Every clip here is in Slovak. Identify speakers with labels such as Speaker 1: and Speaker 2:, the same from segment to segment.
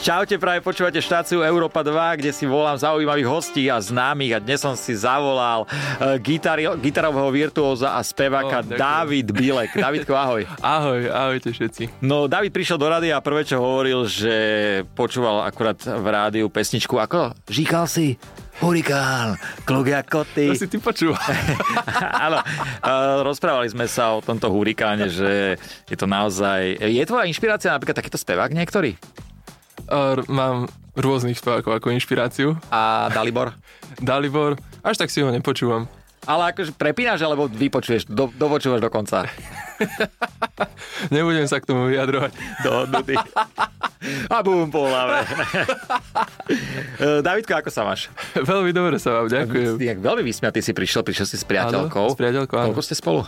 Speaker 1: Čaute, práve počúvate štáciu Európa 2, kde si volám zaujímavých hostí a známych a dnes som si zavolal e, gitari- gitarového virtuóza a speváka
Speaker 2: O, ďakujem.
Speaker 1: David Bilek. Davidko, ahoj.
Speaker 2: Ahoj, ahojte všetci.
Speaker 1: No, David prišiel do rádia a prvé, čo hovoril, že počúval akurát v rádiu pesničku, ako? Říkal si Hurikán, kluk ako ty.
Speaker 2: To si ty počúval.
Speaker 1: Áno, eh, rozprávali sme sa o tomto hurikáne, že je to naozaj... Je tvoja inšpirácia napríklad takýto spevák niektorý?
Speaker 2: A r- Mám rôznych spevákov ako inšpiráciu.
Speaker 1: A Dalibor?
Speaker 2: Dalibor, až tak si ho nepočúvam.
Speaker 1: Ale akože prepínaš, alebo vypočuješ, do, dovočúvaš do konca.
Speaker 2: Nebudem sa k tomu vyjadrovať.
Speaker 1: Dohodnutý. A bum po hlave. Eh, Davidko, ako sa máš?
Speaker 2: Veľmi dobre sa vám ďakujem.
Speaker 1: Jak veľmi vysmiatý si prišiel, prišiel si s
Speaker 2: Áno,
Speaker 1: priateľkou.
Speaker 2: s priateľkou, áno.
Speaker 1: Koľko ste spolu?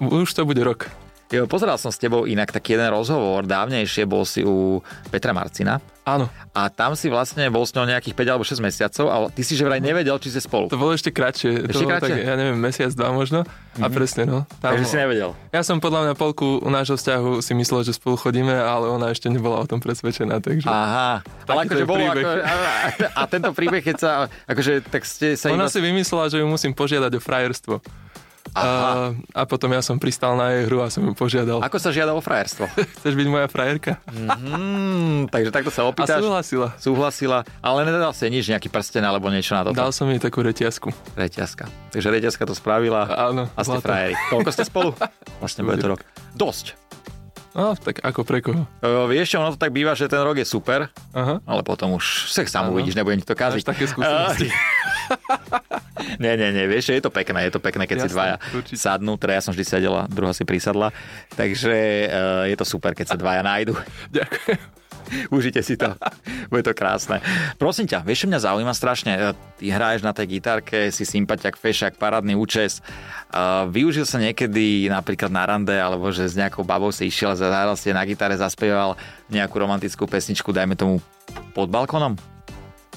Speaker 2: Už to bude rok.
Speaker 1: Jo, pozeral som s tebou inak taký jeden rozhovor, dávnejšie bol si u Petra Marcina.
Speaker 2: Áno,
Speaker 1: A tam si vlastne bol s ňou nejakých 5 alebo 6 mesiacov a ty si že vraj nevedel, či ste spolu.
Speaker 2: to bolo ešte kratšie.
Speaker 1: Ešte
Speaker 2: to bolo
Speaker 1: kratšie? Mhm.
Speaker 2: tak, ja neviem, mesiac, dva možno. A presne, no. Tam,
Speaker 1: Takže si nevedel.
Speaker 2: ja som podľa mňa polku nášho vzťahu si myslel, že spolu chodíme, ale ona ešte nebola o tom presvedčená, takže...
Speaker 1: Aha, ale
Speaker 2: Takýto
Speaker 1: akože
Speaker 2: je
Speaker 1: bolo,
Speaker 2: príbeh.
Speaker 1: ako, a, a- a tento príbeh, keď sa, akože, tak ste sa iba...
Speaker 2: Ona si vymyslela, že ju musím požiadať o frajerstvo.
Speaker 1: Aha.
Speaker 2: A, a potom ja som pristal na jej hru a som ju požiadal.
Speaker 1: Ako sa žiada o frajerstvo?
Speaker 2: Chceš byť moja frajerka?
Speaker 1: Mm, takže takto sa
Speaker 2: A
Speaker 1: opýtaš.
Speaker 2: súhlasila.
Speaker 1: Súhlasila, ale nedal si jej nič, nejaký prsten alebo niečo na toto.
Speaker 2: Dal som jej takú reťazku.
Speaker 1: Reťazka. Takže reťazka to spravila
Speaker 2: Áno.
Speaker 1: a ste
Speaker 2: zlato.
Speaker 1: frajeri. Koľko ste spolu? Vlastne bude to rok. Dosť.
Speaker 2: No, tak ako pre koho.
Speaker 1: E, vieš čo, ono to tak býva, že ten rok je super,
Speaker 2: Aha.
Speaker 1: ale potom už sech sám
Speaker 2: Áno.
Speaker 1: uvidíš, nebudem ti to kaziť.
Speaker 2: Máš také skúsenosti.
Speaker 1: Nie, nie, nie, vieš, je to pekné, je to pekné, keď si
Speaker 2: Jasné,
Speaker 1: dvaja
Speaker 2: určite.
Speaker 1: sadnú, teda ja som vždy sedela, druhá si prisadla, takže e, je to super, keď sa dvaja nájdu.
Speaker 2: Ďakujem.
Speaker 1: Užite si to, bude to krásne. Prosím ťa, vieš, čo mňa zaujíma strašne, E, ty hráš na tej gitárke, si sympatiak, fešak, parádny účes, E, využil sa niekedy napríklad na rande, alebo že s nejakou babou si išiel, zahral si na gitare, zaspieval nejakú romantickú pesničku, dajme tomu pod balkonom?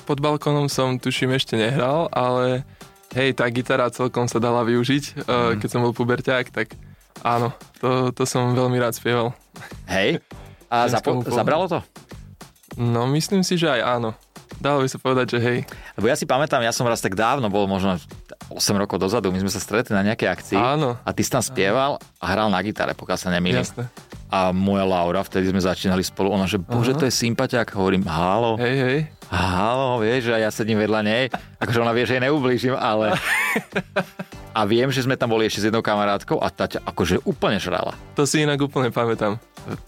Speaker 2: Pod balkónom som, tuším, ešte nehral, ale hej, tá gitara celkom sa dala využiť. Mm. Keď som bol puberťák, tak áno, to, to som veľmi rád spieval.
Speaker 1: Hej? A zapo-
Speaker 2: Ženskému pohľadu.
Speaker 1: zabralo to?
Speaker 2: No, myslím si, že aj áno. Dalo by sa povedať, že hej.
Speaker 1: Lebo ja si pamätám, ja som raz tak dávno, bol možno 8 rokov dozadu, my sme sa stretli na nejakej akcii.
Speaker 2: Áno.
Speaker 1: A ty si tam spieval a hral na gitare, pokiaľ sa nemýlim.
Speaker 2: Jasné.
Speaker 1: A moja Laura, vtedy sme začínali spolu, ona, že bože, to je sympatiak, hovorím, halo,
Speaker 2: Hej, hej.
Speaker 1: halo, vieš, a ja sedím vedľa nej, akože ona vie, že jej neublížim, ale... A viem, že sme tam boli ešte s jednou kamarátkou a tá ťa akože úplne žrala.
Speaker 2: To si inak úplne pamätám.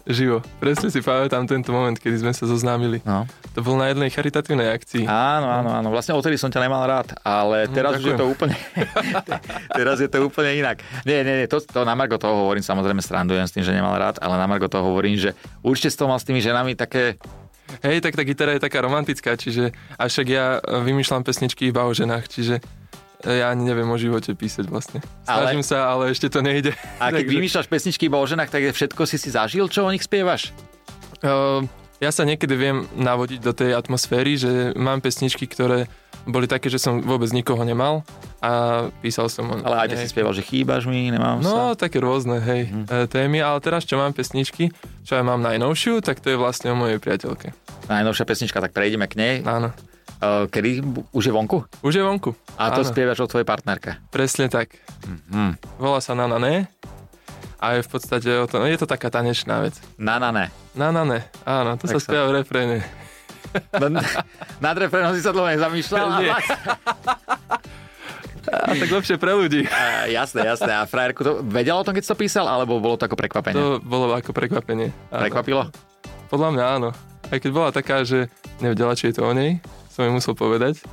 Speaker 2: Živo. Presne si pamätám tento moment, kedy sme sa zoznámili.
Speaker 1: No.
Speaker 2: To bol na jednej charitatívnej akcii.
Speaker 1: Áno, áno, áno. Vlastne odtedy som ťa nemal rád, ale teraz už je
Speaker 2: No, ďakujem.
Speaker 1: to úplne... teraz je to úplne inak. Nie, nie, nie, to, to na Margo toho hovorím, samozrejme strandujem s tým, že nemal rád, ale na Margo toho hovorím, že určite si to mal s tými ženami také...
Speaker 2: Hej, tak tá gitara je taká romantická, čiže a však ja e, vymýšľam pesničky iba o ženách, čiže e, ja ani neviem o živote písať vlastne.
Speaker 1: Ale-
Speaker 2: Snažím ale... sa, ale ešte to nejde.
Speaker 1: A keď
Speaker 2: Takže,
Speaker 1: vymýšľaš pesničky iba o ženách, tak je všetko si si zažil, čo o nich spievaš?
Speaker 2: e,
Speaker 1: Ehm,
Speaker 2: ja sa niekedy viem navodiť do tej atmosféry, že mám pesničky, ktoré boli také, že som vôbec nikoho nemal a písal som... o-
Speaker 1: Ale aj si Mhm.
Speaker 2: nejak-
Speaker 1: spieval, že chýbaš mi, nemám
Speaker 2: No,
Speaker 1: sa.
Speaker 2: také rôzne, hej, e, témy, ale teraz, čo mám pesničky, čo aj mám najnovšiu, tak to je vlastne o mojej priateľke.
Speaker 1: Najnovšia pesnička, tak prejdeme k nej.
Speaker 2: Áno.
Speaker 1: Eh, Kedy? Už je vonku?
Speaker 2: Už je vonku.
Speaker 1: A to
Speaker 2: Áno.
Speaker 1: spievaš o tvojej partnerke.
Speaker 2: Presne tak.
Speaker 1: Hm.
Speaker 2: Volá sa Nana Ne. A je v podstate o tom, je to taká tanečná vec.
Speaker 1: Na, na, ne.
Speaker 2: Nana Ne, áno, to
Speaker 1: Tak
Speaker 2: sa
Speaker 1: sa-
Speaker 2: spieva v refréne.
Speaker 1: Nad refrénom si sa dlho nezamýšľal.
Speaker 2: Nie.
Speaker 1: ale-
Speaker 2: A tak lepšie pre ľudí.
Speaker 1: A, jasné, jasné. A frajerku to vedel o tom, keď si to písal, alebo bolo to ako prekvapenie? To...
Speaker 2: To bolo ako prekvapenie. Áno.
Speaker 1: Prekvapilo?
Speaker 2: Podľa mňa áno. Aj keď bola taká, že nevedela, či je to o nej, som jej musel povedať,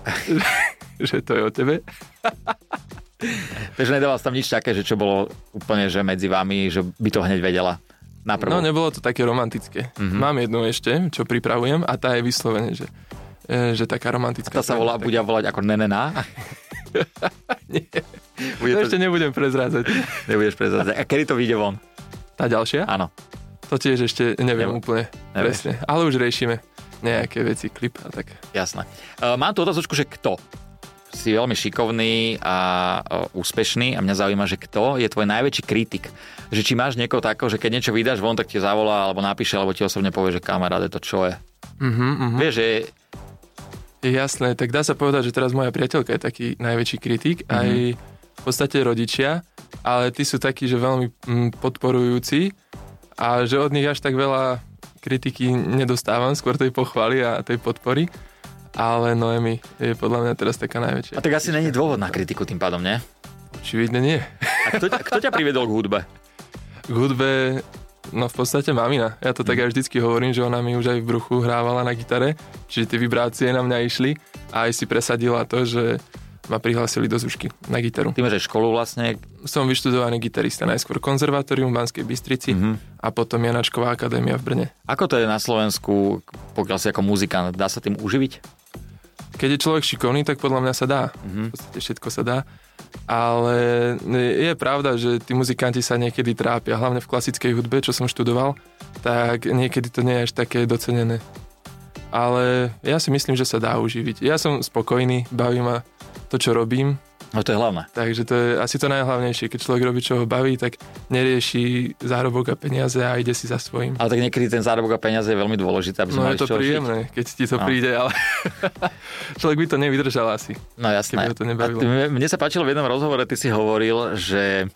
Speaker 2: že to je o tebe.
Speaker 1: Takže nedával si tam nič také, že čo bolo úplne, že medzi vami, že by to hneď vedela. Na prvú.
Speaker 2: No nebolo to také romantické. Mám jednu ešte, čo pripravujem a tá je vyslovene, že, e, že taká
Speaker 1: Tá
Speaker 2: romantická.
Speaker 1: sa volá, bude volať ako nenená. Bude
Speaker 2: To
Speaker 1: to,
Speaker 2: ešte nebudem prezrádzať.
Speaker 1: nebudeš prezradzať. A kedy to vyjde von?
Speaker 2: Tá ďalšia?
Speaker 1: Áno.
Speaker 2: To tiež ešte neviem
Speaker 1: Neviem.
Speaker 2: úplne
Speaker 1: Nevieš.
Speaker 2: presne, ale už riešime nejaké veci, klip a tak.
Speaker 1: Jasné. Uh, mám tu otázočku, že kto? Si veľmi šikovný a uh, úspešný a mňa zaujíma, že kto je tvoj najväčší kritik. Že či máš niekoho takého, že keď niečo vydáš von, tak ti zavolá alebo napíše, alebo ti osobne povie, že kamaráde, to čo je.
Speaker 2: Uh-huh, uh-huh.
Speaker 1: Vieš, že
Speaker 2: Jasné, tak dá sa povedať, že teraz moja priateľka je taký najväčší kritik, mm-hmm. aj v podstate rodičia, ale tí sú takí, že veľmi mm, podporujúci a že od nich až tak veľa kritiky nedostávam, skôr tej pochvaly a tej podpory, ale Noemi je podľa mňa teraz taká
Speaker 1: a
Speaker 2: najväčšia.
Speaker 1: tak asi není dôvod na kritiku tým pádom, nie?
Speaker 2: Očividne nie.
Speaker 1: A kto, ťa- kto ťa priviedol k hudbe?
Speaker 2: K hudbe, no v podstate mamina. Ja to tak aj vždycky hovorím, že ona mi už aj v bruchu hrávala na gitare, čiže tie vibrácie na mňa išli a aj si presadila to, že ma prihlásili do zúšky na gitaru.
Speaker 1: Ty máš aj školu vlastne.
Speaker 2: Som vyštudovaný gitarista, najskôr konzervatórium v Banskej Bystrici
Speaker 1: Mhm.
Speaker 2: mm-hmm. a potom Janačková akadémia v Brne.
Speaker 1: Ako to je na Slovensku, pokiaľ si ako muzikant, dá sa tým uživiť?
Speaker 2: Keď je človek šikovný, tak podľa mňa sa dá.
Speaker 1: Mhm.
Speaker 2: V podstate všetko sa dá. Ale je pravda, že tí muzikanti sa niekedy trápia, hlavne v klasickej hudbe, čo som študoval, tak niekedy to nie je až také docenené. Ale ja si myslím, že sa dá uživiť. Ja som spokojný, baví ma to, čo robím,
Speaker 1: No to je hlavné.
Speaker 2: takže to je asi to najhlavnejšie. Keď človek robí, čo ho baví, tak nerieši zárobok a peniaze a ide si za svojím.
Speaker 1: Ale tak niekedy ten zárobok a peniaze je veľmi dôležité, aby sme
Speaker 2: No
Speaker 1: mali
Speaker 2: je
Speaker 1: z
Speaker 2: to
Speaker 1: čoho žiť.
Speaker 2: príjemné, keď ti to
Speaker 1: No.
Speaker 2: príde, ale človek by to nevydržal asi.
Speaker 1: No jasné.
Speaker 2: Keby ho to nebavilo.
Speaker 1: A t- mne sa páčilo v jednom rozhovore, ty si hovoril, že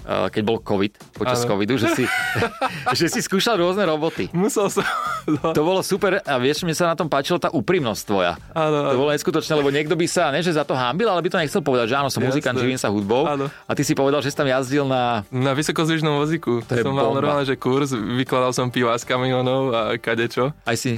Speaker 1: e, keď bol COVID, počas
Speaker 2: Áno.
Speaker 1: covidu, že si, že si skúšal rôzne roboty.
Speaker 2: Musel som. No,
Speaker 1: To bolo super a vieš, mne sa na tom páčila tá úprimnosť tvoja.
Speaker 2: áno,
Speaker 1: To bolo neskutočné, lebo niekto by sa, ne že za to hámbil, ale by to nechcel povedať, že áno, som
Speaker 2: Jasné.
Speaker 1: muzikant, živím sa hudbou.
Speaker 2: Áno.
Speaker 1: A ty si povedal, že si tam jazdil na...
Speaker 2: Na vysokozvižnom voziku.
Speaker 1: To je
Speaker 2: som mal
Speaker 1: bomba.
Speaker 2: normálne, že kurz, vykladal som piva z kamionov a kadečo.
Speaker 1: Aj si,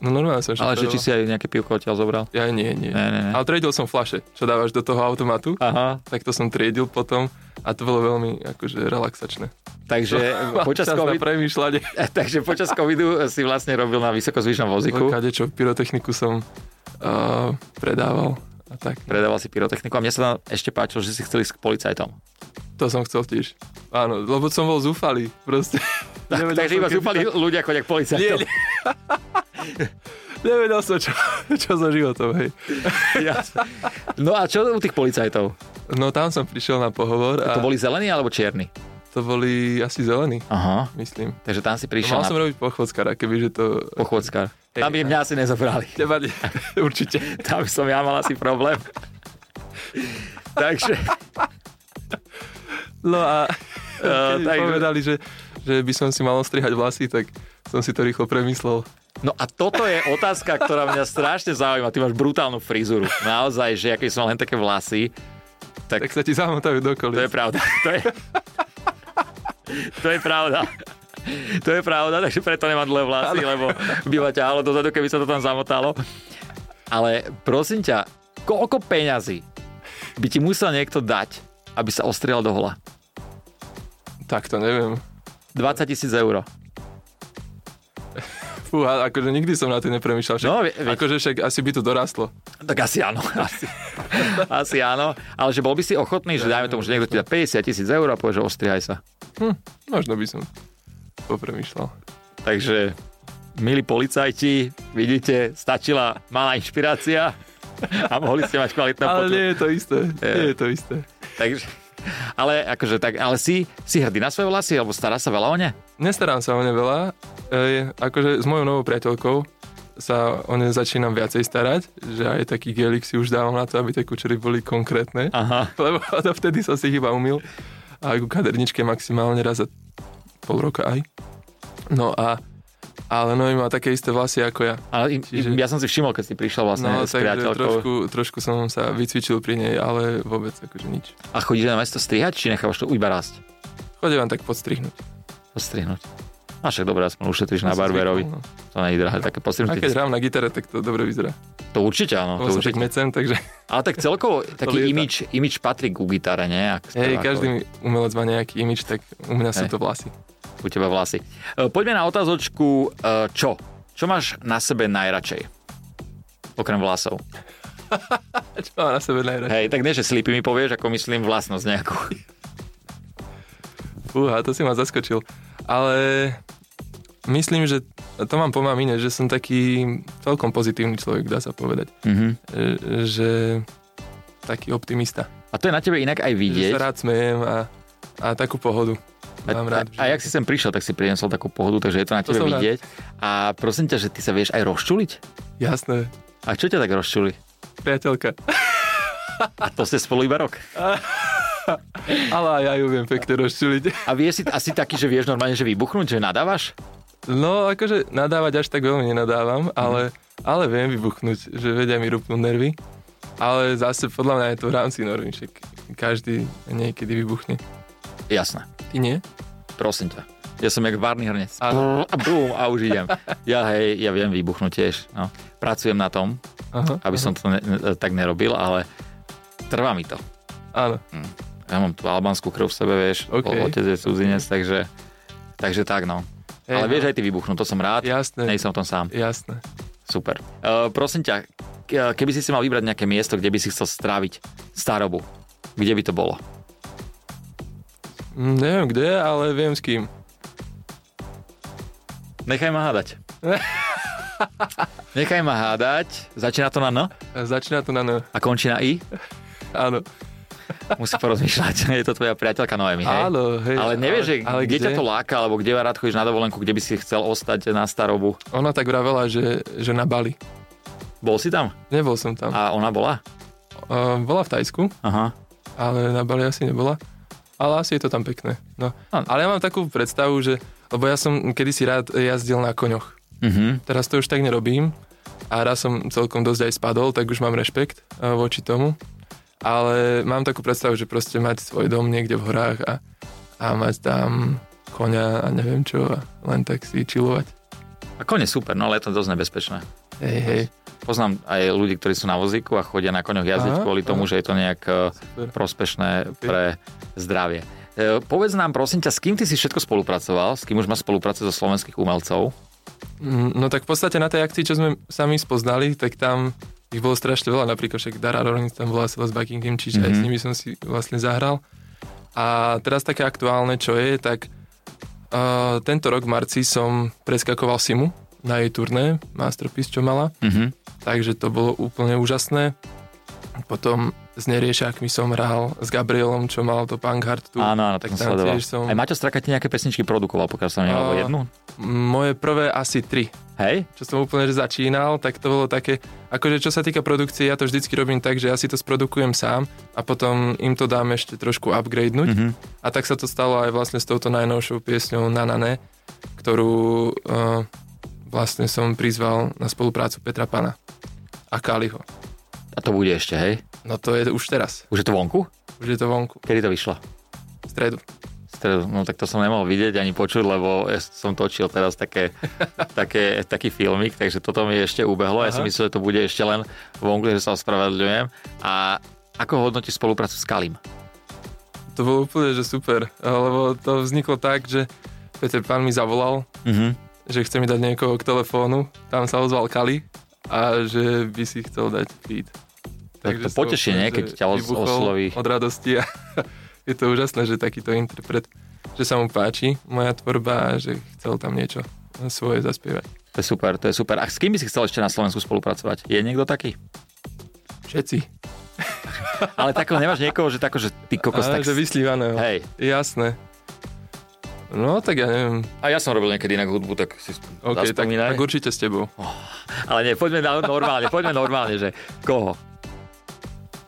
Speaker 2: No normálne som
Speaker 1: ale že či
Speaker 2: šoferoval.
Speaker 1: si aj nejaké pivko odtiaľ zobral?
Speaker 2: Ja nie, nie.
Speaker 1: Ne, ne, ne.
Speaker 2: Ale triedil som flaše, čo dávaš do toho automatu.
Speaker 1: Aha,
Speaker 2: Tak to som triedil potom a to bolo veľmi akože relaxačné.
Speaker 1: takže
Speaker 2: Mal
Speaker 1: počas,
Speaker 2: čas na
Speaker 1: COVID,
Speaker 2: premýšľanie.
Speaker 1: takže počas covidu si vlastne robil na vysokozvyšnom voziku.
Speaker 2: Kadečo, pyrotechniku som uh, predával a tak.
Speaker 1: predával si pyrotechniku a mne sa tam ešte páčilo, že si chceli ísť k policajtom.
Speaker 2: To som chcel tiež. Áno, lebo som bol zúfalý. Proste. Nevedel
Speaker 1: Takže
Speaker 2: som,
Speaker 1: iba
Speaker 2: kedy
Speaker 1: zúfali ľudia chodia k
Speaker 2: Nie,
Speaker 1: policajtom.
Speaker 2: nie. Nevedel no, som, čo, čo so životom, hej.
Speaker 1: Jasne. no a čo u tých policajtov?
Speaker 2: No tam som prišiel na pohovor a
Speaker 1: To boli zelení alebo čierni?
Speaker 2: to boli asi zelení,
Speaker 1: Aha,
Speaker 2: myslím.
Speaker 1: takže tam si prišiel
Speaker 2: Mal som
Speaker 1: na
Speaker 2: robiť pochvodskara, kebyže to...
Speaker 1: pochôdzkar.
Speaker 2: Hej,
Speaker 1: Tam by mňa asi nezobrali.
Speaker 2: Teba nie, určite.
Speaker 1: Tam som ja mal asi problém. takže,
Speaker 2: No a
Speaker 1: eh,
Speaker 2: keď mi
Speaker 1: takže-
Speaker 2: povedali, že, že by som si mal ostrihať vlasy, tak som si to rýchlo premyslel.
Speaker 1: No a toto je otázka, ktorá mňa strašne zaujíma. Ty máš brutálnu frizuru. Naozaj, že aký som mal len také vlasy, tak,
Speaker 2: Tak sa ti zamotajú
Speaker 1: To
Speaker 2: do
Speaker 1: je
Speaker 2: kolíc.
Speaker 1: pravda. To je, to je pravda. To je pravda, takže preto nemám dlhé vlasy, lebo by ma ťahalo dozadu, keby sa to tam zamotalo. Ale prosím ťa, koľko peňazí by ti musel niekto dať, aby sa ostriel do hola?
Speaker 2: Tak to neviem.
Speaker 1: 20 tisíc eur.
Speaker 2: Fú, a akože nikdy som na to nepremýšľal. Však,
Speaker 1: No, vie- vie-
Speaker 2: akože však asi by to dorastlo.
Speaker 1: Tak asi áno. Asi, asi áno. Ale že bol by si ochotný, že dajme tomu, že niekto ti dá 50 tisíc eur a povie, že ostrihaj sa.
Speaker 2: Možno by som popremýšľal.
Speaker 1: Takže, milí policajti, vidíte, stačila malá inšpirácia a mohli ste mať kvalitné
Speaker 2: Ale
Speaker 1: potu-
Speaker 2: nie je to isté. Nie je to isté.
Speaker 1: Takže, ale akože tak, ale si, si hrdý na svoje vlasy, alebo stará sa veľa o ne?
Speaker 2: Nestarám sa o ne veľa. E, akože s mojou novou priateľkou sa o ne začínam viacej starať, že aj taký gelik si už dávam na to, aby tie kučery boli konkrétne.
Speaker 1: Aha.
Speaker 2: Lebo vtedy som si ich iba umil. A ku kaderničke maximálne raz za pol roka aj. No a ale no má také isté vlasy ako ja.
Speaker 1: Ale im,
Speaker 2: Čiže-
Speaker 1: ja som si všimol, keď si prišiel vlastne
Speaker 2: No
Speaker 1: s
Speaker 2: takže
Speaker 1: priateľkou.
Speaker 2: trošku, trošku som sa vycvičil pri nej, ale vôbec akože nič.
Speaker 1: A chodíš na mesto strihať, či nechávaš to iba rásť?
Speaker 2: Chodí vám tak podstrihnúť.
Speaker 1: Postrihnúť. A však dobre, aspoň ušetríš na
Speaker 2: Som
Speaker 1: barberovi.
Speaker 2: zvykol, no.
Speaker 1: To nie je drahé, také
Speaker 2: A
Speaker 1: postrihnutie.
Speaker 2: keď hrám na gitare, tak to dobre vyzerá.
Speaker 1: To určite áno, No
Speaker 2: Lebo
Speaker 1: to
Speaker 2: sa tak
Speaker 1: určite.
Speaker 2: mecem, takže
Speaker 1: Ale tak celkovo taký
Speaker 2: lieta.
Speaker 1: imič, imič patrí ku gitare, nie? Ak
Speaker 2: hej,
Speaker 1: spevákovi.
Speaker 2: každý umelec má nejaký imič, tak u mňa sú
Speaker 1: Hej.
Speaker 2: to vlasy.
Speaker 1: u teba vlasy. E, Poďme na otázočku, e, čo? Čo máš na sebe najradšej? Okrem vlasov.
Speaker 2: A čo mám na sebe najradšej?
Speaker 1: Hej, tak nie, že slípy mi povieš, ako myslím vlastnosť nejakú.
Speaker 2: Fúha, to si ma zaskočil. Ale myslím, že to mám po mamine, že som taký celkom pozitívny človek, dá sa povedať.
Speaker 1: Mhm.
Speaker 2: E, Že taký optimista.
Speaker 1: A to je na tebe inak aj
Speaker 2: Že
Speaker 1: vidieť.
Speaker 2: sa rád smejem a, a takú pohodu. Mám
Speaker 1: a,
Speaker 2: rád.
Speaker 1: a, a jak si sem prišiel, tak si priniesol takú pohodu, takže je to na
Speaker 2: To
Speaker 1: tebe
Speaker 2: som rád.
Speaker 1: vidieť. A prosím ťa, že ty sa vieš aj rozčuliť?
Speaker 2: Jasné,
Speaker 1: A čo ťa tak rozčuli?
Speaker 2: priateľka.
Speaker 1: A to ste spolu iba rok.
Speaker 2: Ale aj ja ju viem pekne rozčuliť.
Speaker 1: A vieš si asi taký, že vieš normálne, že vybuchnúť, že nadávaš?
Speaker 2: No, akože nadávať až tak veľmi
Speaker 1: Mhm.
Speaker 2: nenadávam, ale, ale viem vybuchnúť, že vedia mi rupnú nervy. Ale zase podľa mňa je to v rámci normy, však každý niekedy vybuchne.
Speaker 1: Jasné.
Speaker 2: Ty nie?
Speaker 1: Prosím ťa. Ja som jak várny hrnec.
Speaker 2: Áno.
Speaker 1: A bum, a už idem. Ja hej, ja viem vybuchnúť tiež. No. Pracujem na tom,
Speaker 2: Aha,
Speaker 1: aby som to ne, ne, tak nerobil, ale trvá mi to.
Speaker 2: áno.
Speaker 1: Ja mám tú albánsku krv v sebe, vieš.
Speaker 2: OK.
Speaker 1: Okay. Otec je cudzinec, takže, takže tak, no.
Speaker 2: Hej,
Speaker 1: ale vieš,
Speaker 2: no.
Speaker 1: aj ty vybuchnú, to som rád.
Speaker 2: Jasné,
Speaker 1: Nej som v tom sám.
Speaker 2: jasné.
Speaker 1: Super. Uh, prosím ťa, k- keby si si mal vybrať nejaké miesto, kde by si chcel stráviť starobu, kde by to bolo?
Speaker 2: Mm, Neviem kde, ale viem s kým.
Speaker 1: Nechaj ma hádať. Nechaj ma hádať. Začína to na N
Speaker 2: A Začína to na no.
Speaker 1: a končí na I.
Speaker 2: Áno.
Speaker 1: Musí porozmýšľať. Je to tvoja priateľka Noemi, hej?
Speaker 2: Áno, hej.
Speaker 1: Ale nevieš, že ale kde, ťa to láka, alebo kde rád chodíš na dovolenku, kde by si chcel ostať na starobu.
Speaker 2: Ona tak vravela, že, že na Bali.
Speaker 1: Bol si tam?
Speaker 2: Nebol som tam.
Speaker 1: A
Speaker 2: A...
Speaker 1: ona bola?
Speaker 2: bola v Tajsku,
Speaker 1: Aha.
Speaker 2: ale na Bali asi nebola. Ale asi je to tam pekné. No.
Speaker 1: Áno.
Speaker 2: Ale ja mám takú predstavu, že... Lebo ja som kedysi rád jazdil na koňoch.
Speaker 1: Mhm.
Speaker 2: Teraz to už tak nerobím. A raz som celkom dosť aj spadol, tak už mám rešpekt e, voči tomu. Ale mám takú predstavu, že proste mať svoj dom niekde v horách a, a mať tam koňa a neviem čo a len tak si čilovať.
Speaker 1: A kone super, no ale je to dosť nebezpečné.
Speaker 2: Hej, hej.
Speaker 1: Poznám aj ľudí, ktorí sú na vozíku a chodia na koňoch jazdiť
Speaker 2: Aha,
Speaker 1: kvôli tomu,
Speaker 2: aha.
Speaker 1: že je to nejak eh,
Speaker 2: Super.
Speaker 1: prospešné pre zdravie. E, Povedz nám, prosím ťa, s kým ty si všetko spolupracoval? S kým už máš spolupráce so slovenských umelcov?
Speaker 2: Mm, No tak v podstate na tej akcii, čo sme sami spoznali, tak tam ich bolo strašne veľa, napríklad však Dara Rollins tam bola s Buckingham, čiže mm-hmm. aj s
Speaker 1: Mhm.
Speaker 2: nimi som si vlastne zahral. A teraz také aktuálne, čo je, tak uh, tento rok v marci som preskakoval Simu na jej turné, Masterpiece, čo mala,
Speaker 1: Mhm.
Speaker 2: takže to bolo úplne úžasné. Potom s Neriešakmi som hral, s Gabrielom, čo mal to Punk Hard tu.
Speaker 1: Áno, áno, tak
Speaker 2: tak
Speaker 1: som
Speaker 2: tam
Speaker 1: sledoval.
Speaker 2: tiež som-
Speaker 1: Aj Maťo Straka ti nejaké pesničky produkoval, pokiaľ som nemal
Speaker 2: A-
Speaker 1: jednu?
Speaker 2: Moje prvé asi tri
Speaker 1: Hej?
Speaker 2: čo som úplne že začínal, tak to bolo také, akože čo sa týka produkcie, ja to vždycky robím tak, že ja si to sprodukujem sám a potom im to dám ešte trošku upgradenúť.
Speaker 1: Mhm.
Speaker 2: A tak sa to stalo aj vlastne s touto najnovšou piesňou Na na ne, ktorú uh, vlastne som prizval na spoluprácu Petra Pana a Kaliho.
Speaker 1: A to bude ešte, hej?
Speaker 2: No to je už teraz,
Speaker 1: Už je to vonku?
Speaker 2: už je to vonku,
Speaker 1: Kedy to vyšlo?
Speaker 2: v stredu.
Speaker 1: V stredu. No tak to som nemohol vidieť ani počuť, lebo ja som točil teraz také, také, taký filmik, takže toto mi ešte ubehlo. Ja som
Speaker 2: Aha.
Speaker 1: myslel, že to bude ešte len vonku, že sa ospravedľujem. A ako hodnotíš spoluprácu s Kalim?
Speaker 2: To bolo úplne, že super, lebo to vzniklo tak, že Peter Pan mi zavolal
Speaker 1: Mhm.
Speaker 2: že chce mi dať niekoho k telefónu, tam sa ozval Kali a že by si chcel dať feed.
Speaker 1: Tak to
Speaker 2: som
Speaker 1: potešenie,
Speaker 2: úplne,
Speaker 1: keď
Speaker 2: že
Speaker 1: ťa os-
Speaker 2: vybuchol
Speaker 1: osloví.
Speaker 2: Od radosti a je to úžasné, že takýto interpret, že sa mu páči moja tvorba a že chcel tam niečo svoje zaspievať.
Speaker 1: To je super, to je super. A s kým by si chcel ešte na Slovensku spolupracovať? Je niekto taký?
Speaker 2: Všetci.
Speaker 1: Ale takého nemáš niekoho, že tako, že ty kokos
Speaker 2: a,
Speaker 1: tak...
Speaker 2: že vyslívaného.
Speaker 1: Hej.
Speaker 2: Jasné. No, tak ja neviem.
Speaker 1: A ja som robil niekedy inak hudbu, tak si
Speaker 2: OK,
Speaker 1: okay,
Speaker 2: tak,
Speaker 1: zaspomínaj. No.
Speaker 2: tak určite s tebou.
Speaker 1: Ale nie, poďme na, normálne, poďme normálne, že koho?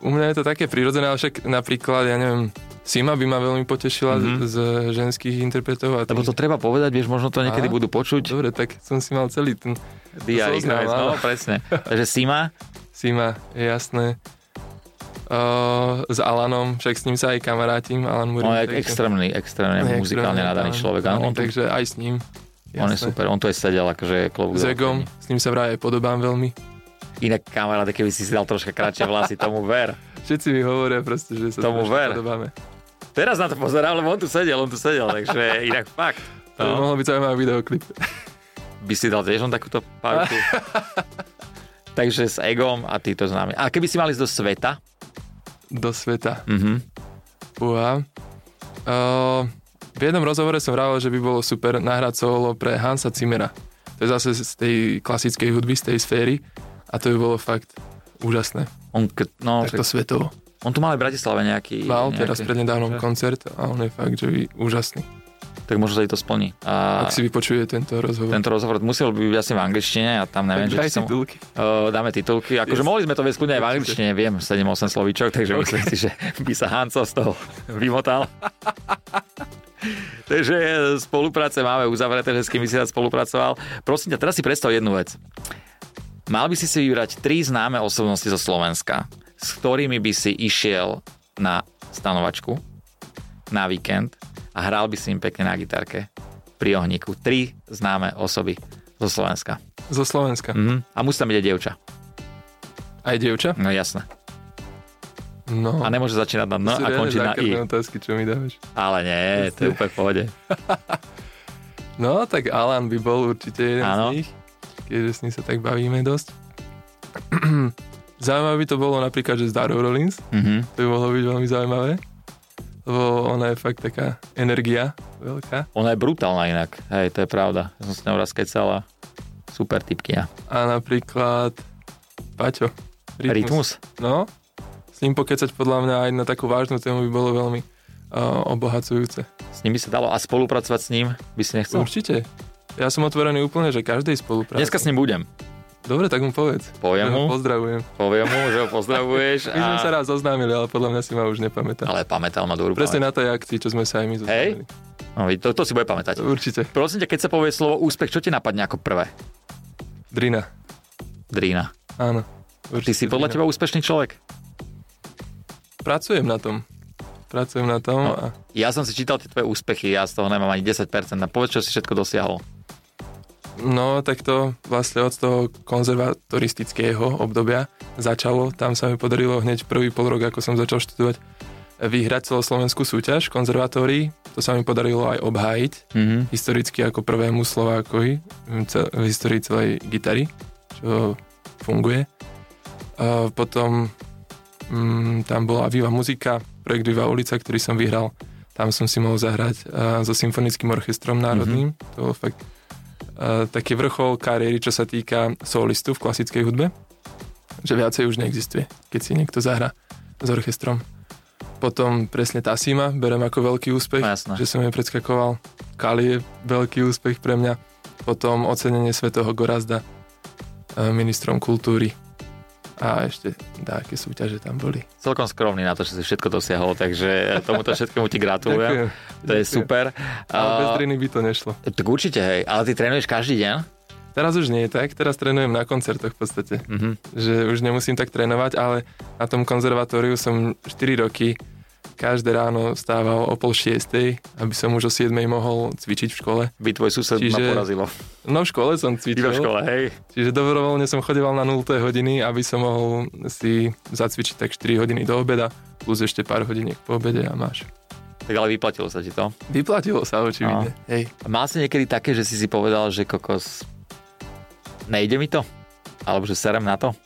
Speaker 2: U mňa je to také prirodzené, ale však napríklad, ja neviem, Sima by ma veľmi potešila
Speaker 1: Mhm.
Speaker 2: mm-hmm. z, z ženských interpretov. A
Speaker 1: Lebo to treba povedať, vieš, možno to niekedy
Speaker 2: Á.
Speaker 1: budú počuť.
Speaker 2: Dobre, tak som si mal celý ten
Speaker 1: DI
Speaker 2: zoznam,
Speaker 1: Ignites,
Speaker 2: áno.
Speaker 1: no presne. Takže Sima,
Speaker 2: Sima, je jasné. Uh, s Alanom, však s ním sa aj kamarátim, Alan Murin.
Speaker 1: on je
Speaker 2: takže-
Speaker 1: extrémny, No, extrémne
Speaker 2: on je
Speaker 1: muzikálne
Speaker 2: extrémne
Speaker 1: nadaný
Speaker 2: talent-
Speaker 1: človek. áno, on,
Speaker 2: talent, takže aj s ním.
Speaker 1: on je
Speaker 2: jasné.
Speaker 1: super, on to je sedel, akože klobúk.
Speaker 2: S
Speaker 1: dole.
Speaker 2: Egom, s ním sa vraj aj podobám veľmi.
Speaker 1: Inak kamaráde, keby si si dal troška kratšie vlasy, tomu ver.
Speaker 2: Všetci mi hovoria proste, že sa
Speaker 1: Tomu
Speaker 2: strašne
Speaker 1: ver. No.
Speaker 2: podobáme.
Speaker 1: Teraz na to pozerám, lebo on tu sedel, on tu sedel, takže inak fakt. No.
Speaker 2: To by mohlo byť zaujímavý videoklip.
Speaker 1: by si dal tiež on takúto parku. Takže s egom a ty to známe. A keby si mali ísť do sveta,
Speaker 2: Do sveta.
Speaker 1: mm-hmm.
Speaker 2: Uha. Uh, v jednom rozhovore som vravel, že by bolo super nahrať solo pre Hansa Cimera. To je zase z tej klasickej hudby, z tej sféry. A to by bolo fakt úžasné.
Speaker 1: on, k- no,
Speaker 2: Takto
Speaker 1: tak
Speaker 2: svetovo.
Speaker 1: on tu mal aj v Bratislave nejaký...
Speaker 2: Mal
Speaker 1: nejaký
Speaker 2: teraz prednedávnom
Speaker 1: že?
Speaker 2: koncert a on je fakt, že vy- úžasný.
Speaker 1: tak možno sa jej to splní. A
Speaker 2: Ak si vypočuje tento rozhovor.
Speaker 1: tento rozhovor musel by byť asi v angličtine a tam neviem, že
Speaker 2: Daj
Speaker 1: či som...
Speaker 2: titulky.
Speaker 1: Uh, dáme titulky. Akože
Speaker 2: Yes.
Speaker 1: mohli sme to viesť kľudne aj v
Speaker 2: Určite.
Speaker 1: angličtine, viem, 7-8 slovíčok, takže myslím si, že by sa Hanco z toho vymotal. takže e, spolupráce máme uzavreté, že s kým by si rád spolupracoval. Prosím ťa, teraz si predstav jednu vec. Mal by si si vybrať tri známe osobnosti zo Slovenska, s ktorými by si išiel na stanovačku, na víkend a hral by si im pekne na gitarke pri ohníku. Tri známe osoby zo Slovenska.
Speaker 2: Zo Slovenska.
Speaker 1: Mhm. A musí tam byť aj dievča.
Speaker 2: Aj dievča?
Speaker 1: No jasné.
Speaker 2: No.
Speaker 1: A nemôže začínať na N
Speaker 2: To sú
Speaker 1: a
Speaker 2: reálne
Speaker 1: končiť na I.
Speaker 2: základné otázky, čo mi dávaš.
Speaker 1: Ale nie, to je úplne v pohode.
Speaker 2: No, tak Alan by bol určite jeden
Speaker 1: Áno.
Speaker 2: z nich, keďže s ním sa tak bavíme dosť. Zaujímavé by to bolo napríklad, že s Darou Rollins,
Speaker 1: Mhm.
Speaker 2: to by mohlo byť veľmi zaujímavé, lebo ona je fakt taká energia veľká
Speaker 1: Ona je brutálna inak. Hej, to je pravda. Ja som s ňou raz kecal a super typkina.
Speaker 2: a napríklad Paťo.
Speaker 1: Rytmus?
Speaker 2: No, s ním pokecať podľa mňa aj na takú vážnu tému by bolo veľmi uh, obohacujúce.
Speaker 1: S ním by sa dalo a spolupracovať s ním by si nechcel?
Speaker 2: Určite. Ja som otvorený úplne, že každej spolupráci.
Speaker 1: Dneska s ním budem.
Speaker 2: Dobre, tak mu povedz.
Speaker 1: Poviem
Speaker 2: Ja ho
Speaker 1: mu,
Speaker 2: Pozdravujem.
Speaker 1: poviem mu, že ho pozdravuješ.
Speaker 2: No, My sme sa
Speaker 1: A...
Speaker 2: raz zoznámili, ale podľa mňa si ma už nepamätá.
Speaker 1: Ale pamätal ma dobrú
Speaker 2: Presne
Speaker 1: pamäť.
Speaker 2: na tej akcii, čo sme sa aj my zoznámili.
Speaker 1: No, vidí, to, to si bude pamätať.
Speaker 2: Určite.
Speaker 1: Prosím ťa, keď sa povie slovo úspech, čo ti napadne ako prvé?
Speaker 2: Drina.
Speaker 1: Drína.
Speaker 2: Áno.
Speaker 1: Ty
Speaker 2: Určite
Speaker 1: si podľa
Speaker 2: Drina.
Speaker 1: teba úspešný človek?
Speaker 2: Pracujem na tom. Pracujem na tom
Speaker 1: No.
Speaker 2: a
Speaker 1: Ja som si čítal tie tvoje úspechy, ja z toho nemám ani 10%. A povedz, čo si všetko dosiahol.
Speaker 2: no tak to vlastne od toho konzervatoristického obdobia začalo. Tam sa mi podarilo hneď prvý pol rok, ako som začal študovať, vyhrať celoslovenskú súťaž v konzervatórii. To sa mi podarilo aj obhájiť.
Speaker 1: Mhm.
Speaker 2: historicky ako prvému Slovákovi v ce- v histórii celej gitary, čo funguje. A potom mm, tam bola Viva Muzika, projekt Viva Ulica, ktorý som vyhral. Tam som si mohol zahrať a, so Symfonickým orchestrom národným. Mm-hmm. To bol fakt a, taký vrchol kariéry, čo sa týka solistu v klasickej hudbe, že viacej už neexistuje, keď si niekto zahra s orchestrom. Potom presne Tasima berem ako veľký úspech,
Speaker 1: No, jasné.
Speaker 2: že som jej predskakoval. Kali je veľký úspech pre mňa. Potom ocenenie svätého Gorazda e, ministrom kultúry. A ešte také súťaže tam boli.
Speaker 1: celkom skromný na to, že si všetko dosiahol, takže tomuto všetkému ti gratulujem. to je
Speaker 2: Ďakujem.
Speaker 1: super.
Speaker 2: Ale bez
Speaker 1: Uh,
Speaker 2: driny by to nešlo.
Speaker 1: tak určite, hej, ale ty trénuješ každý deň?
Speaker 2: Teraz už nie je tak, teraz trénujem na koncertoch v podstate.
Speaker 1: Mhm.
Speaker 2: Že už nemusím tak trénovať, ale na tom konzervatóriu som 4 roky každé ráno stával o pol šiestej, aby som už o 7 mohol cvičiť v škole.
Speaker 1: By tvoj sused Čiže... ma
Speaker 2: Čiže-
Speaker 1: porazilo.
Speaker 2: No v škole som
Speaker 1: Iba
Speaker 2: cvičil.
Speaker 1: v škole, hej.
Speaker 2: Čiže dobrovoľne som chodeval na 0. hodiny, aby som mohol si zacvičiť tak 4 hodiny do obeda, plus ešte pár hodiniek po obede a máš.
Speaker 1: Tak ale vyplatilo sa ti to.
Speaker 2: Vyplatilo sa očividne. Hej.
Speaker 1: Mal si niekedy také, že si si povedal, že kokos, nejde mi to? Alebo že serem na to?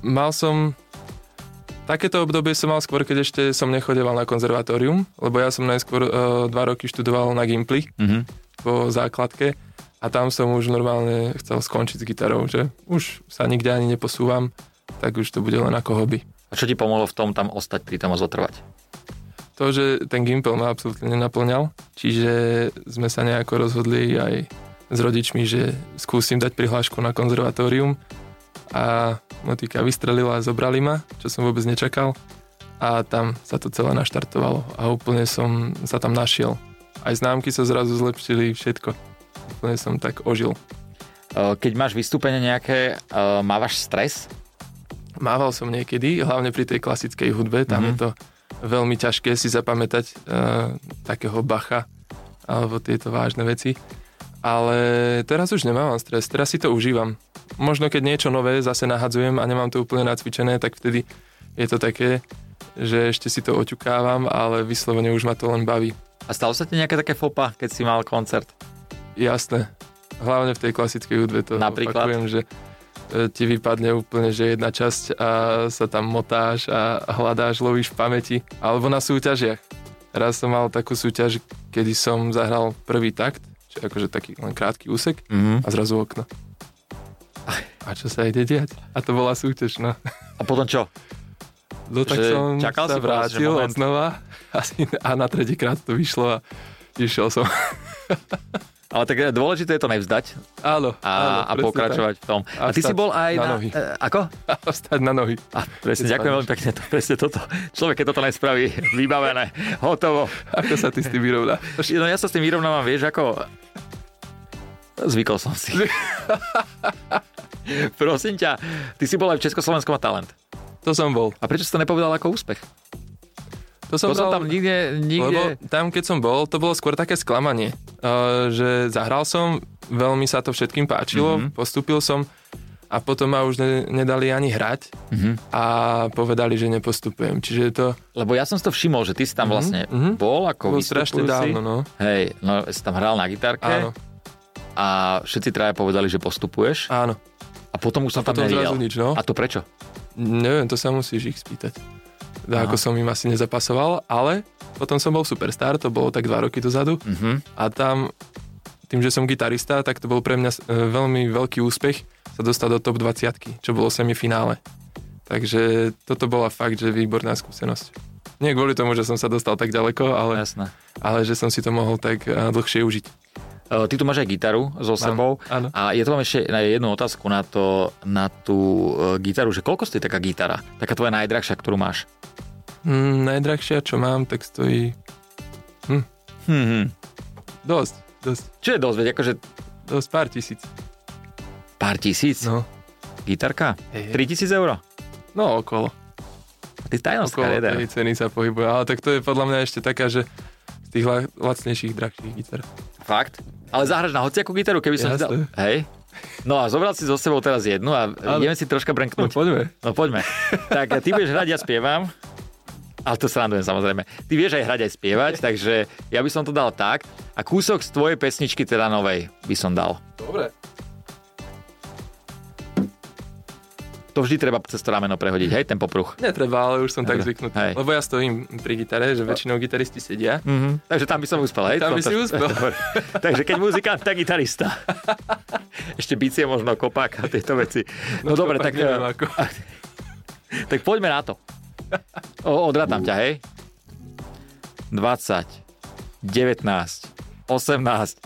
Speaker 2: Mal som... Takéto obdobie som mal skôr, keď ešte som nechodeval na konzervatórium, lebo ja som najskôr 2 roky študoval na Gimply
Speaker 1: Mhm.
Speaker 2: po základke a tam som už normálne chcel skončiť s gitarou, že už sa nikde ani neposúvam, tak už to bude len ako hobby.
Speaker 1: A čo ti pomohlo v tom tam ostať pri tom a zotrvať?
Speaker 2: to, že ten Gimpel ma absolútne nenaplňal, čiže sme sa nejako rozhodli aj s rodičmi, že skúsim dať prihlášku na konzervatórium a motika vystrelila a zobrali ma, čo som vôbec nečakal a tam sa to celé naštartovalo a úplne som sa tam našiel. Aj známky sa zrazu zlepšili, všetko. Úplne som tak ožil.
Speaker 1: Eh, Keď máš vystúpenie nejaké, eh, mávaš stres?
Speaker 2: Mával som niekedy, hlavne pri tej klasickej hudbe,
Speaker 1: Mhm.
Speaker 2: tam mm-hmm. je to veľmi ťažké si zapamätať uh, takého bacha alebo tieto vážne veci. Ale teraz už nemám stres, teraz si to užívam. Možno keď niečo nové zase nahadzujem a nemám to úplne nacvičené, tak vtedy je to také, že ešte si to oťukávam, ale vyslovene už ma to len baví.
Speaker 1: A stalo sa ti nejaké také fopa, keď si mal koncert?
Speaker 2: Jasné. Hlavne v tej klasickej hudbe to
Speaker 1: Napríklad?
Speaker 2: opakujem, že e, ti vypadne úplne, že jedna časť a sa tam motáš a hľadáš, lovíš v pamäti. Alebo na súťažiach. Raz som mal takú súťaž, kedy som zahral prvý takt, čiže akože taký len krátky úsek
Speaker 1: Mhm.
Speaker 2: a zrazu okno. A čo sa ide diať? A to bola súťaž, no.
Speaker 1: A potom čo?
Speaker 2: No tak
Speaker 1: Že
Speaker 2: som
Speaker 1: čakal si
Speaker 2: sa
Speaker 1: proste, že
Speaker 2: vrátil
Speaker 1: moment.
Speaker 2: od znova a, si, a na tretíkrát to vyšlo a išiel som.
Speaker 1: Ale tak eh, dôležité je to nevzdať
Speaker 2: áno,
Speaker 1: a,
Speaker 2: áno,
Speaker 1: a
Speaker 2: presne
Speaker 1: pokračovať v tom. A,
Speaker 2: A
Speaker 1: ty si
Speaker 2: vstať
Speaker 1: bol aj
Speaker 2: na
Speaker 1: na...
Speaker 2: nohy.
Speaker 1: eh, ako?
Speaker 2: tak. A vstať na nohy.
Speaker 1: A presne,
Speaker 2: Keď
Speaker 1: ďakujem
Speaker 2: spadneš.
Speaker 1: veľmi pekne. To, presne toto. Človek, keď toto nespraví, vybavené, hotovo.
Speaker 2: Ako sa ty s tým vyrovná?
Speaker 1: No ja sa s tým vyrovnávam, vieš, ako... Zvykol som si. Prosím ťa, ty si bol aj v Československom a talent.
Speaker 2: To som bol.
Speaker 1: A prečo si to nepovedal ako úspech?
Speaker 2: To som,
Speaker 1: To som
Speaker 2: bol,
Speaker 1: tam nikde,
Speaker 2: Lebo
Speaker 1: nikde...
Speaker 2: tam, keď som bol, to bolo skôr také sklamanie, uh, že zahral som, veľmi sa to všetkým páčilo,
Speaker 1: Mhm.
Speaker 2: mm-hmm. postúpil som a potom ma už ne, nedali ani hrať
Speaker 1: Mhm.
Speaker 2: a povedali, že nepostupujem. Čiže to
Speaker 1: Lebo ja som si to všimol, že ty si tam vlastne
Speaker 2: mhm.
Speaker 1: bol ako
Speaker 2: bolo strašne
Speaker 1: vystupujúci.
Speaker 2: dávno, no.
Speaker 1: Hej, no si tam hral na gitarke
Speaker 2: Áno,
Speaker 1: a všetci traja povedali, že postupuješ
Speaker 2: áno.
Speaker 1: a potom už som tam
Speaker 2: Potom zrazu
Speaker 1: nevidel.
Speaker 2: nič, no.
Speaker 1: A to prečo?
Speaker 2: Neviem, to sa musíš ich spýtať.
Speaker 1: Aha.
Speaker 2: Da, ako som im asi nezapasoval, ale potom som bol v Superstar, to bolo tak dva roky dozadu
Speaker 1: Mhm.
Speaker 2: a tam tým, že som gitarista, tak to bol pre mňa e, veľmi veľký úspech sa dostať do top 20, čo bolo semifinále. Takže toto bola fakt, že výborná skúsenosť. Nie kvôli tomu, že som sa dostal tak ďaleko, ale,
Speaker 1: Jasné.
Speaker 2: ale že som si to mohol tak e, dlhšie užiť.
Speaker 1: E, Ty tu máš aj gitaru so sebou.
Speaker 2: Áno.
Speaker 1: A ja tu mám ešte na jednu otázku na, to, na tú e, gitaru, že koľko stojí taká gitara? Taká tvoja najdrahšia, ktorú máš?
Speaker 2: Mm, najdrahšia, čo mám, tak stojí
Speaker 1: Mhm.
Speaker 2: dosť, dosť,
Speaker 1: Čo je dosť, veď akože
Speaker 2: dosť pár tisíc.
Speaker 1: pár tisíc?
Speaker 2: No,
Speaker 1: Gitarka?
Speaker 2: Hej, hej.
Speaker 1: 3000 eur?
Speaker 2: no okolo.
Speaker 1: Ty tajnostka,
Speaker 2: okolo tej
Speaker 1: jeden.
Speaker 2: ceny sa pohybuje. Ale tak to je podľa mňa ešte taká, že z tých la- lacnejších, drahších gitar.
Speaker 1: Fakt? Ale zahraš na hociakú gitaru, keby som ti dal...
Speaker 2: Jasné.
Speaker 1: Hej? No a zobral si so sebou teraz jednu a
Speaker 2: Ale-
Speaker 1: ideme si troška brenknúť.
Speaker 2: poďme.
Speaker 1: No poďme. tak ty budeš hrať, ja spievam. Ale to srandujem samozrejme. Ty vieš aj hrať, aj spievať, takže ja by som to dal tak. A kúsok z tvojej pesničky, teda novej, by som dal.
Speaker 2: Dobre.
Speaker 1: To vždy treba cez to rameno prehodiť, hej, ten popruch.
Speaker 2: Netreba, ale už som tak
Speaker 1: Dobre,
Speaker 2: zvyknutý.
Speaker 1: hej.
Speaker 2: Lebo ja stojím pri gitare, že väčšinou gitaristi sedia.
Speaker 1: Mhm. Takže tam by som uspel, hej?
Speaker 2: Tam by
Speaker 1: To-
Speaker 2: si uspel.
Speaker 1: Dobre. Takže keď muzikant, tak gitarista. Ešte bicie možno, kopák a tieto veci. No, dobre,
Speaker 2: Kopak,
Speaker 1: tak,
Speaker 2: Neviem,
Speaker 1: eh,
Speaker 2: ako.
Speaker 1: tak poďme na to. O, odrátam ťa, hej? 20, 19, 18,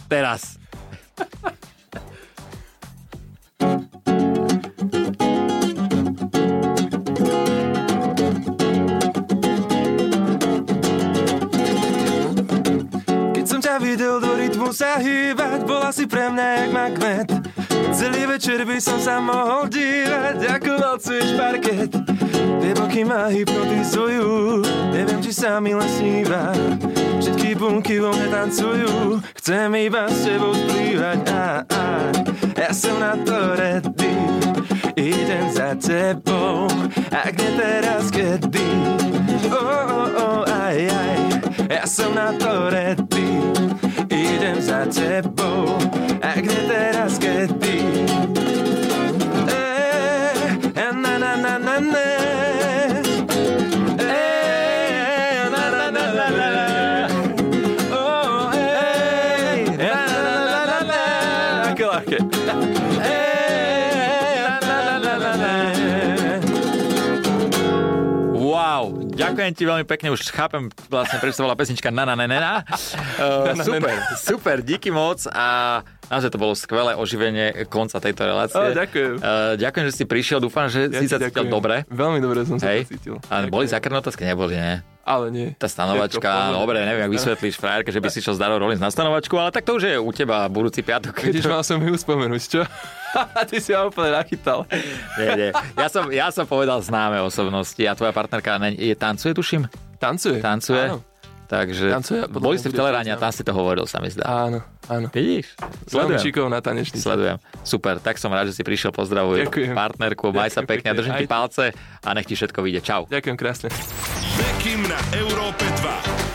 Speaker 1: teraz.
Speaker 2: Keď som ťa videl do rytmu sa hýbať, bola si pre mňa jak magnet. Celý večer by som sa mohol dívať, ako valcuješ parket. Tie boky ma hypnotizujú, neviem, či sa mi len sníva. Všetky bunky vo mne tancujú, chcem iba s tebou splývať. A, a, ja som na to ready, idem za tebou, ak nie teraz, kedy. Oh, oh, oh, aj, aj, ja som na to ready, idem za tebou, ak nie teraz, kedy. Eh, na, na, na, na, na. Eh, na, na, na, na, na, na. Oh, eh, na, na, na, na, na. Aké ľahké. Eh, na, na, na, na, na, na.
Speaker 1: Wow, ďakujem ti veľmi pekne, už chápem, vlastne predstavovala pesnička na na na na na. Uh, super, super, díky moc a naozaj to bolo skvelé oživenie konca tejto relácie.
Speaker 2: Ó, ďakujem.
Speaker 1: Uh, ďakujem, že si prišiel, dúfam, že
Speaker 2: Ja
Speaker 1: si
Speaker 2: ti
Speaker 1: sa cítil
Speaker 2: ďakujem.
Speaker 1: dobre.
Speaker 2: Veľmi dobre som sa
Speaker 1: Hej,
Speaker 2: cítil.
Speaker 1: a boli zákerné otázky? Neboli, ne?
Speaker 2: Ale nie.
Speaker 1: Tá
Speaker 2: Všetko v
Speaker 1: stanovačka,
Speaker 2: pohode.
Speaker 1: dobre, neviem, ak vysvetlíš frajerke, že by si išiel s Darou Rollins na stanovačku, ale tak to už je u teba budúci piatok.
Speaker 2: Vidíš, mal som ju spomenúť, čo? Ty si ma úplne nachytal.
Speaker 1: nie, nie. Ja, som, ja som povedal známe osobnosti a tvoja partnerka ne, je, tancuje, tuším?
Speaker 2: Tancuje.
Speaker 1: Tancuje?
Speaker 2: Áno,
Speaker 1: Takže
Speaker 2: Tancuje a podľa
Speaker 1: boli
Speaker 2: mňa
Speaker 1: ste v
Speaker 2: bude
Speaker 1: Teleráne a
Speaker 2: význam.
Speaker 1: tam si to hovoril, sa mi zdá.
Speaker 2: áno, áno.
Speaker 1: Vidíš?
Speaker 2: Veľmi
Speaker 1: Sledujem.
Speaker 2: šikovná tanečnica.
Speaker 1: Sledujem. Super, tak som rád, že si prišiel, pozdravujem
Speaker 2: Ďakujem.
Speaker 1: partnerku, maj sa
Speaker 2: Ďakujem
Speaker 1: pekne, a
Speaker 2: pekne.
Speaker 1: držím ti
Speaker 2: Aj ty.
Speaker 1: palce a nech ti všetko vyjde. Čau.
Speaker 2: Ďakujem krásne.
Speaker 3: Bekim na Európe 2.